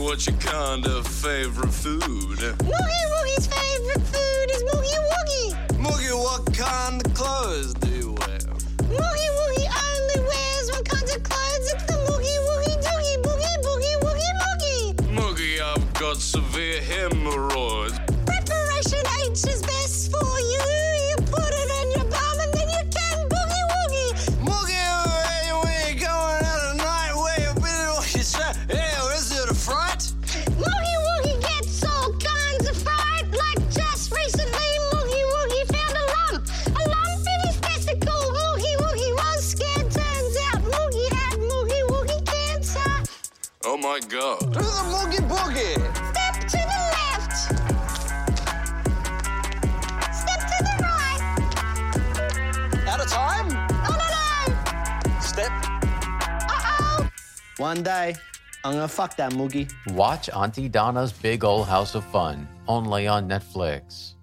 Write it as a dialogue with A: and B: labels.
A: what's your kind of favorite food?
B: Woogie Woogie's favorite food is Woogie Woogie.
A: Moogie, what kind of clothes do you wear?
B: Woogie Woogie only wears one kind of clothes. It's the Woogie Woogie Doogie Boogie Boogie Woogie Woogie.
A: Moogie, I've got severe hemorrhoids.
B: Preparation H is best for you. You put it in your bum and then you can Boogie Woogie.
A: Moogie, where you going out at night? Where you been all your stuff? Yeah, is it a fright?
B: Woogie Woogie gets all kinds of fright. Like just recently, Woogie Woogie found a lump. A lump in his testicle. Woogie Woogie was scared. Turns out Woogie had Woogie Woogie cancer.
A: Oh my god.
C: Who's a Moogie Boogie?
B: Step to the left. Step to the right.
C: Out of time?
B: No, no, no.
C: Step.
B: Uh-oh.
C: One day, I'm gonna fuck that Moogie.
D: Watch Auntie Donna's Big Ol' House of Fun, only on Netflix.